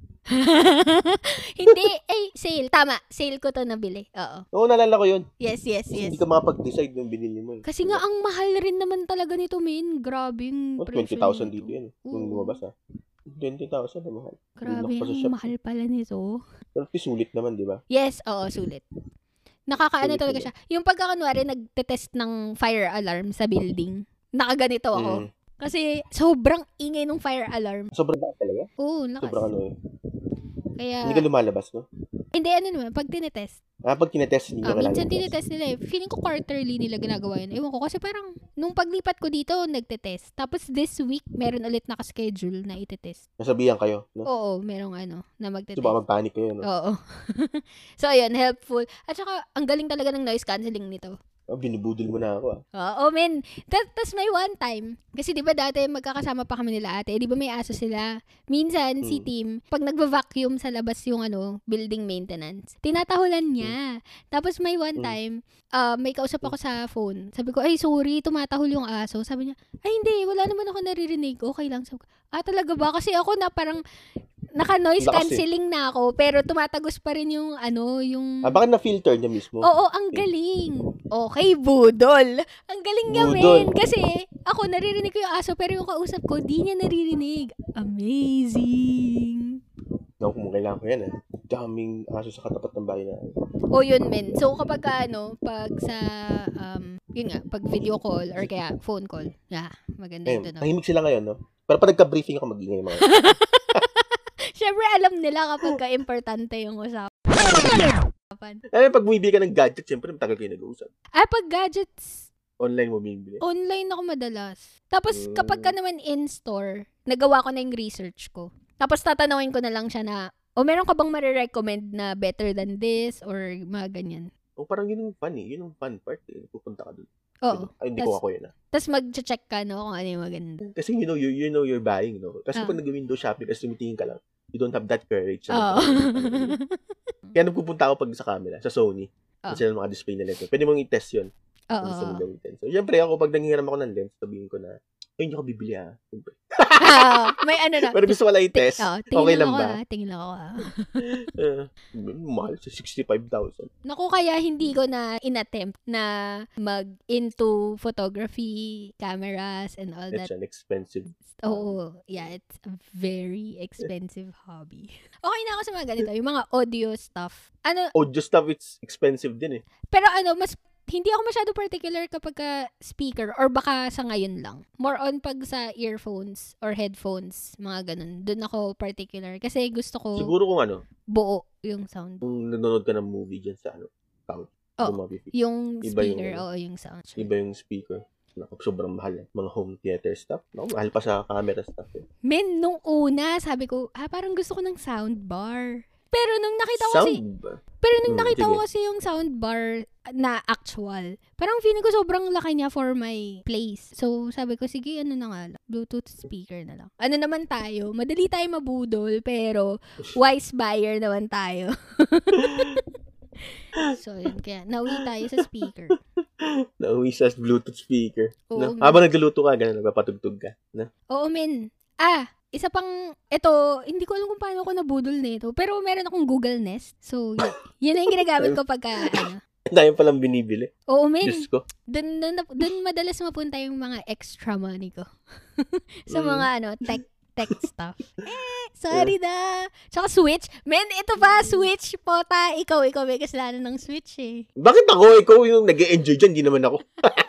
(laughs) Hindi, eh, sale. Tama, sale ko to nabili. Oo.
Oo, naalala ko yun.
Yes, yes,
Kasi
yes.
Hindi ka makapag-decide nung binili mo. eh.
Kasi nga, ang mahal rin naman talaga nito, men. Grabe yung
Oh,
presyo
20,000
nito.
dito yan. eh, Nung
Oo.
lumabas ah. ha.
Mm.
20,000 na eh, mahal.
Grabe,
Lumak pa sa
ang
shop.
mahal pala nito.
Pero sulit naman, di ba?
Yes, oo, sulit. Nakakaano
Sulit
talaga
yun.
siya. Yung pagkakunwari, nagtetest ng fire alarm sa building. Nakaganito ako.
Mm.
Kasi sobrang ingay ng fire alarm.
Sobrang bad talaga.
Oo, lakas.
Sobrang ano eh.
Kaya,
Hindi ka lumalabas, no?
hindi, ano naman, pag tinetest.
Ah, pag tinetest, hindi
Ah,
ka
minsan
lalabas.
tinetest nila eh. Feeling ko quarterly nila ginagawa yun. Ewan ko, kasi parang, nung paglipat ko dito, nagtetest. Tapos this week, meron ulit nakaschedule na itetest.
Nasabihan kayo, no?
Oo, merong ano, na
So,
magtetest.
baka magpanik kayo, no?
Oo. (laughs) so, ayun, helpful. At saka, ang galing talaga ng noise cancelling nito.
Oh, binubudol mo na ako, ah.
Oo, men. Ta- Tas may one time, kasi di ba dati magkakasama pa kami nila ate, eh, di ba may aso sila? Minsan, si
Mm.
Tim, pag nagva-vacuum sa labas yung ano, building maintenance, tinatahulan niya. Tapos may one
Mm.
time, ah, may kausap ako sa phone. Sabi ko, ay sorry, tumatahol yung aso. Sabi niya, ay hindi, wala naman ako naririnig. Okay lang. Sabi ko, ah talaga ba? Kasi ako na parang naka-noise
Lakas eh.
cancelling na ako, pero tumatagos pa rin yung ano, yung...
Ah, baka na-filter niya mismo.
Oo, ang galing. Okay, budol. Ang galing niya,
Budol.
men. Kasi ako, naririnig ko yung aso, pero yung kausap ko, di niya naririnig. Amazing.
No, kung kailangan ko yan, ah. Daming aso sa katapat ng bahay na.
O, yun, men. So, kapag ka, ano, pag sa, um, yun nga, pag video call or kaya phone call. Yeah, maganda
Ayun,
yun, no?
tahimik sila ngayon, no? Pero pa nagka-briefing ako mag-ingay mga
(laughs) Siyempre, alam nila kapag ka-importante yung usapan.
Alam, Eh, pag bumibili ka ng gadget, syempre, matagal kayo nag-uusap.
Ah, pag gadgets,
Online mo bumibili.
Online ako madalas. Tapos
Mm.
kapag ka naman in-store, nagawa ko na yung research ko. Tapos tatanawin ko na lang siya na, o meron ka bang marirecommend na better than this or mga ganyan.
O parang yun yung fun, eh. Yun yung fun part, eh. Pupunta ka dun.
Oo.
Ay, hindi
Tas-
ko ako yun, ah.
Tapos mag-check ka, no, kung ano yung maganda.
Kasi you know, you, you know you're buying, no? Kasi
Ah.
pag nag-window shopping, kasi tumitingin ka lang, you don't have that courage.
Oo.
Ano, Kaya nagpupunta ako pag sa camera, sa Sony.
Ah.
Kasi yung mga display na lens. Pwede mong i-test yun.
Oo.
Kung gusto mong gamitin. So, syempre, ako pag nangihiram ako ng lens, sabihin ko na, ay, hindi ako bibili, ha? Syempre.
(laughs) Oo. May ano na.
Pero gusto wala i-test.
Oo, tingin
okay lang
ako,
ba?
ah, Tingin lang ako, ah.
Uh, mahal, sa 65,000.
Naku, kaya hindi ko na inattempt na mag into photography, cameras, and all that
It's an expensive
Oo. Oh, Yeah, it's a very expensive hobby. (laughs) Okay na ako sa mga ganito. Yung mga audio stuff. Ano,
audio stuff, it's expensive din eh.
pero ano, mas hindi ako masyado particular kapag ka speaker or baka sa ngayon lang. More on pag sa earphones or headphones, mga ganun. Doon ako particular kasi gusto ko
Siguro kung ano,
buo yung sound.
kung nanonood ka ng movie dyan sa ano, couch,
Oo.
kung mapipili.
Yung
Iba yung- ano.
speaker, oo, yung sound.
iba yung speaker. Naku, sobrang mahal. eh. Mga home theater stuff. Naku, mahal pa sa camera stuff. Eh.
Men, nung una, sabi ko, ah, parang gusto ko ng soundbar. Pero nung nakita ko si...
Sound ba?
Pero nung
Mm,
nakita ko
sige.
kasi yung soundbar na actual, parang feeling ko sobrang laki niya for my place. So, sabi ko, sige, ano na nga, lang, Bluetooth speaker na lang. Ano naman tayo, madali tayo mabudol, pero wise buyer naman tayo. (laughs) so, yun, kaya nauwi tayo sa
(laughs)
speaker.
Nauwi sa Bluetooth speaker.
Oo,
No?
nga.
Habang nagluluto ka, ganun, nagpapatugtog ka. (laughs) No?
Oo, men. Ah, isa pang, ito, hindi ko alam kung paano ako nabudol nito. Pero meron akong Google Nest. So, y- yun na yung ginagamit ko pagka,
(laughs)
ano.
Tayo palang binibili.
Oo, men.
Diyos ko.
Doon, doon, doon madalas mapunta yung mga extra money ko. (laughs) sa
Mm.
mga, ano, tech, tech
(laughs)
stuff. Eh, sorry na. Tsaka Switch. Men, ito
Mm.
pa, Switch po ta. Ikaw, ikaw may kasalanan ng Switch eh.
Bakit ako? Ikaw yung nag enjoy dyan, di naman ako. (laughs)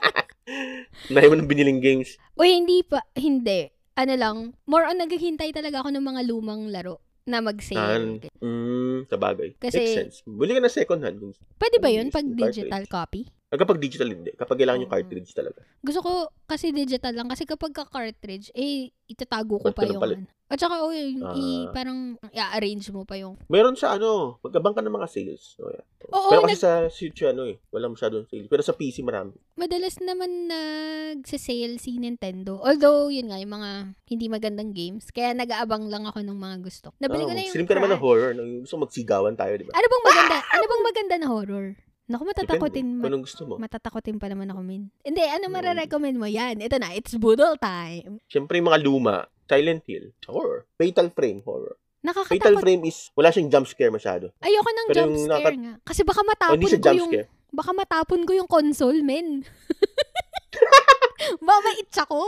Dahil mo nang biniling games.
Uy, hindi pa, hindi. Ano lang, more on naghihintay talaga ako ng mga lumang laro na mag-sale.
Saan? Mm, sabagay.
Kasi-
Makes sense. Buli ka na second hand.
Pwede ba yun pag
Cartridge.
digital copy?
Ah, Kapag digital, hindi. Kapag kailangan yung
Oo.
cartridge talaga.
Gusto ko kasi digital lang. Kasi kapag ka-cartridge, eh, itatago ko
Ba't
pa
ganun
yung...
pala?
ano. At saka, oh, yun,
Ah.
i- parang i-arrange mo pa yung...
Meron sa ano, magkabang ka ng mga sales. So, yeah.
Oo,
Pero kasi sa Switch, ano eh, wala masyadong sales. Pero sa PC, marami.
Madalas naman nag-sale si Nintendo. Although, yun nga, yung mga hindi magandang games. Kaya nag-aabang lang ako ng mga gusto. Nabili ko
Oo,
na yung...
Slim ka Oh, naman ng
Crash.
horror. No? Yung Gusto mo magsigawan tayo, di ba?
Ano bang maganda? ano bang maganda na horror?
Ano
Naku, matatakotin.
Depende.
Mat-
Anong gusto mo?
matatakotin pa naman ako, min. Hindi,
Hmm.
ano mararecommend mo? Yan, ito na. It's Boodle time.
Siyempre, yung mga luma, Silent Hill, horror. Fatal Frame, horror. Fatal
Nakakatakot.
Frame is, wala siyang jump scare masyado.
Ayoko ng
Pero
jump
yung
scare
nakat-
nga. Kasi baka
O,
matapon
hindi
ko
siya jump
yung...
scare.
Baka matapon ko yung console,
(laughs)
men. Mamait ko.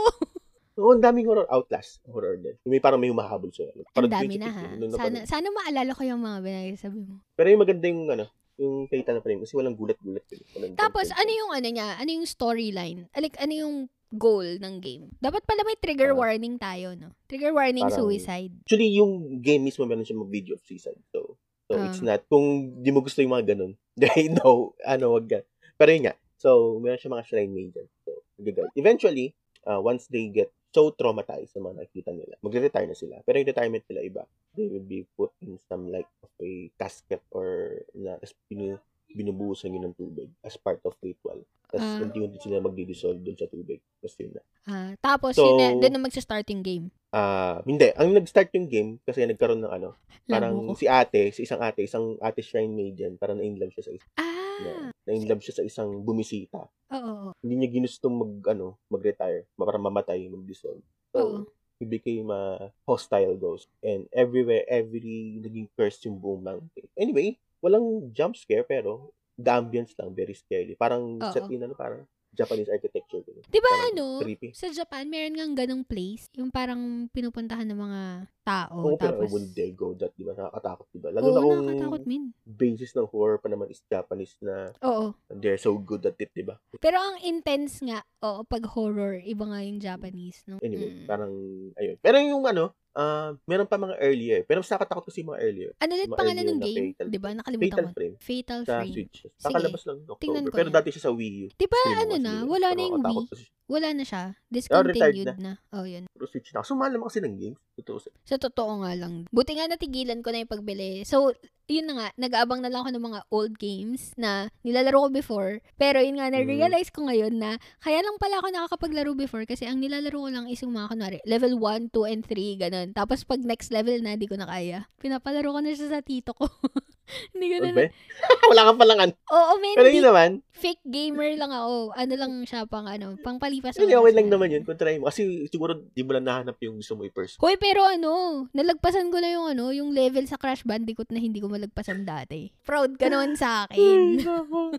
Oo, ang daming horror. Outlast, horror din. Yung May parang may humahabol sa'yo.
Ang
Parang
dami na
creepy
ha.
creepy. Nung
Sana,
napanood.
sana maalala ko yung mga binagsasabi mo.
Pero yung maganda yung, ano, yung Fatal Frame kasi walang gulat-gulat. yun. Walang
Tapos,
jump
ano
scare.
yung ano niya? Ano yung storyline? Like, ano yung goal ng game? Dapat pala may trigger
Ah.
warning tayo, no? Trigger warning
Parang-
suicide.
Actually, yung game mismo meron siyang video of season. So, so
Ah.
it's not, kung di mo gusto yung mga ganun, (laughs) they know, ano, wag ka. Pero yun nga, so, meron siyang mga shrine major. So, gagal. Eventually, uh, once they get so traumatized sa mga nakikita nila, magre-retire na sila. Pero yung retirement nila iba. They will be put in some like of a casket or na binu, binubuhusan yun ng tubig as part of ritual. Tapos,
Ah.
unti-unti sila magdi-dissolve dun sa tubig. Tapos yun na.
Ah, tapos,
So-
yun na, doon na magsa-start yung game.
Ah, hindi. Ang nag-start yung game kasi nagkaroon ng ano, parang
Labo ko.
si ate, si isang ate, isang ate shrine maiden, parang na love siya sa isang,
Ah,
na love siya sa isang bumisita.
oo, oo.
Hindi niya ginustong mag, ano, mag-retire, ma- parang mamatay, mag-dissolve. So,
Oo.
he became a hostile ghost. And everywhere, every naging cursed yung buong mountain. Anyway, walang jump scare, pero the ambience lang, very scary. Parang,
Oo.
sa tinan, parang Japanese architecture. Ganun.
Di ba
Parang
ano,
Creepy.
sa Japan, meron nga ganong place, yung parang pinupuntahan ng mga tao.
Oo, pero
Oh, tapos,
I will dare go that, di ba? Nakakatakot, di ba? Lalo
Oo,
na kung
nakakatakot, min.
basis ng horror pa naman is Japanese na
Oo.
they're so good at it, di ba?
Pero ang intense nga, oo, pag horror, iba nga yung Japanese, no?
Anyway,
Mm.
parang, ayun. Pero yung ano, ah meron pa mga earlier. Pero mas nakatakot kasi yung mga earlier.
Ano ulit
ma-
pangalan
earlier
ng
na
game?
Fatal-
'Di ba? Nakalimutan
Fatal
ko.
Frame
Fatal
sa
Frame.
Switch. Kakalabas lang ng
Tingnan
October.
ko
Pero
yan.
dati siya sa Wii U.
'Di ba
Sino
ano
kasi
na,
yun?
wala na
Parang
yung
nakatakot
Wii.
kasi siya.
Wala na siya.
Ah, retired
Discontinued na. Oh, yun.
Pero Switch na. Sumala kasi ng games. Totoo sa
Sa totoo nga lang. Buti nga natigilan ko na yung pagbili. So, yun na nga, nag-aabang na lang ako ng mga old games na nilalaro ko before. Pero yun nga,
Hmm.
na-realize ko ngayon na kaya lang pala ako nakakapaglaro before kasi ang nilalaro ko lang is yung mga kunwari, level 1, 2, and 3, ganun. Tapos pag next level na, di ko na kaya. Pinapalaro ko na siya sa tito ko. (laughs) hindi ko na, na-
Obe? Ano eh? (laughs) wala ka palang ano.
Oo, men,
Pero
di-
yun naman,
fake gamer lang ako. Ano lang siya pang ano, pang palipas.
hindi okay lang naman yun kung try mo. Kasi siguro di mo lang nahanap yung gusto mo i-person.
Hoy, pero ano, nalagpasan ko na yung ano, yung level sa Crash Bandicoot na hindi ko malagpasan dati. Proud ka nun sa
Hmm.
akin. (laughs)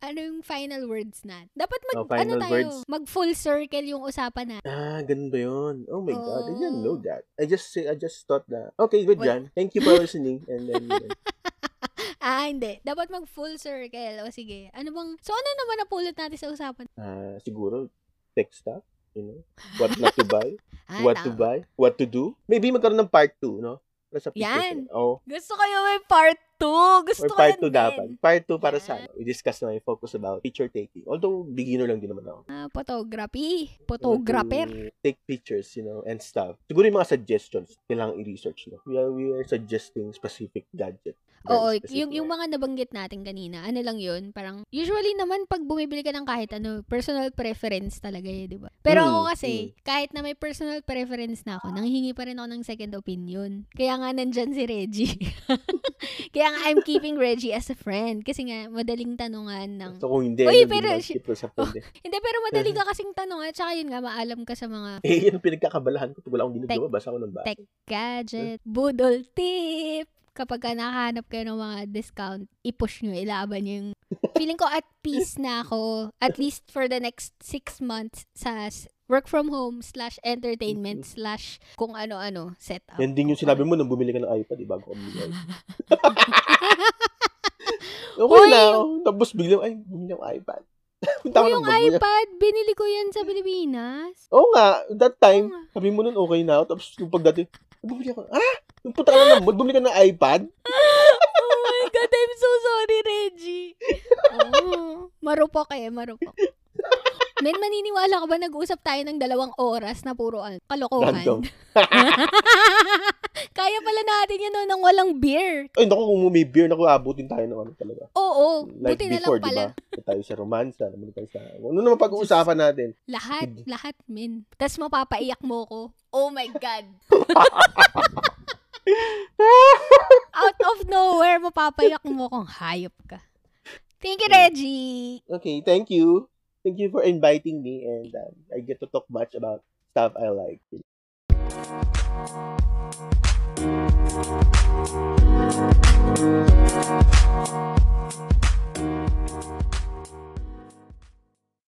ano yung final words na? Dapat mag,
Oh, final
ano tayo,
words.
mag full circle yung usapan na. (laughs)
Ah, ganun ba yun? Oh my God, I didn't
Oo.
know that. I just say, I just thought that. Okay, good
Wala.
Jan. Thank you for listening. And then,
(laughs)
yun.
Ah, hindi. Dapat mag full circle. O sige, ano bang, so ano naman napulot natin sa usapan?
ah, siguro, tech stuff, you know, what not to
(laughs)
buy,
Ah,
what to
tama.
buy, what to do. Maybe magkaroon ng part 2, no? Para sa future
Yan.
sila. Oh,
Gusto ko yung may part 2. Gusto
Or
ko
part 2
yan
dapat.
din.
Part 2 para sa ano. We discuss na yung focus about picture taking. Although, beginner lang din naman ako.
Ah, photography.
So,
Photographer.
to Take pictures, you know, and stuff. Siguro yung mga suggestions, kailangan i-research, no? We are, we are suggesting specific gadget. Very
Oo,
specific
yung, yung mga nabanggit natin kanina, ano lang yun, parang, usually naman pag bumibili ka ng kahit ano, personal preference talaga yun, di ba? Pero
Mm,
ako kasi, kahit na may personal preference na ako, nanghingi pa rin ako ng second opinion. Kaya nga nandyan si Reggie. (laughs) Kaya nga I'm keeping Reggie as a friend. Kasi nga, madaling tanungan ng...
So, kung hindi,
Uy,
ano,
pero
hindi
si- Oh.
mag-skip
(laughs)
lang sa friend, eh.
Hindi, pero madali ka kasing tanungan. Tsaka yun nga, maalam ka sa mga
Eh, yun ang pinagkakabalahan ko. Pag wala akong ginagawa,
Tech-
basa ako ng basa.
tech gadget, budol tip. Kapag ka nakahanap kayo ng mga discount, i-push nyo, ilaban nyo yung... Feeling ko at peace na ako, at least for the next six months sa s- work from home slash entertainment slash kung ano-ano setup.
Yan din yung sinabi mo nung bumili ka ng iPad, eh, bago ka bumili
(laughs)
ng iPad. okay
Uy,
na. Tapos biglang, ay, bumili ng iPad. (laughs) Punta
O
ko ng
yung
bago yan.
iPad, binili ko yan sa Pilipinas.
Oo nga, that time,
Oo nga.
sabi mo nun, okay na ako. Tapos yung pagdating, bumili ako, ah, yung puta ka na ng mall, bumili ka ng iPad?
Oh my God, I'm so sorry, Reggie. Oh, marupok eh, marupok. Men, maniniwala ka ba nag-usap tayo ng dalawang oras na puro ano,
Random.
kalokohan? (laughs) Kaya pala natin yun no, nang walang beer.
Ay, naku, kung may beer, naku, abutin tayo ng ano talaga.
Oo,
Like
buti na lang
before, di
pala.
ba? Punta tayo sa romansa, naman tayo sa... Ano naman pag-uusapan natin?
Lahat, lahat, men. Tapos mapapaiyak mo ko. Oh my
(laughs)
God. Out of nowhere, mapapaiyak mo kong hayop ka. Thank you, Reggie.
Okay, thank you. Thank you for inviting me and um, I get to talk much about stuff I like.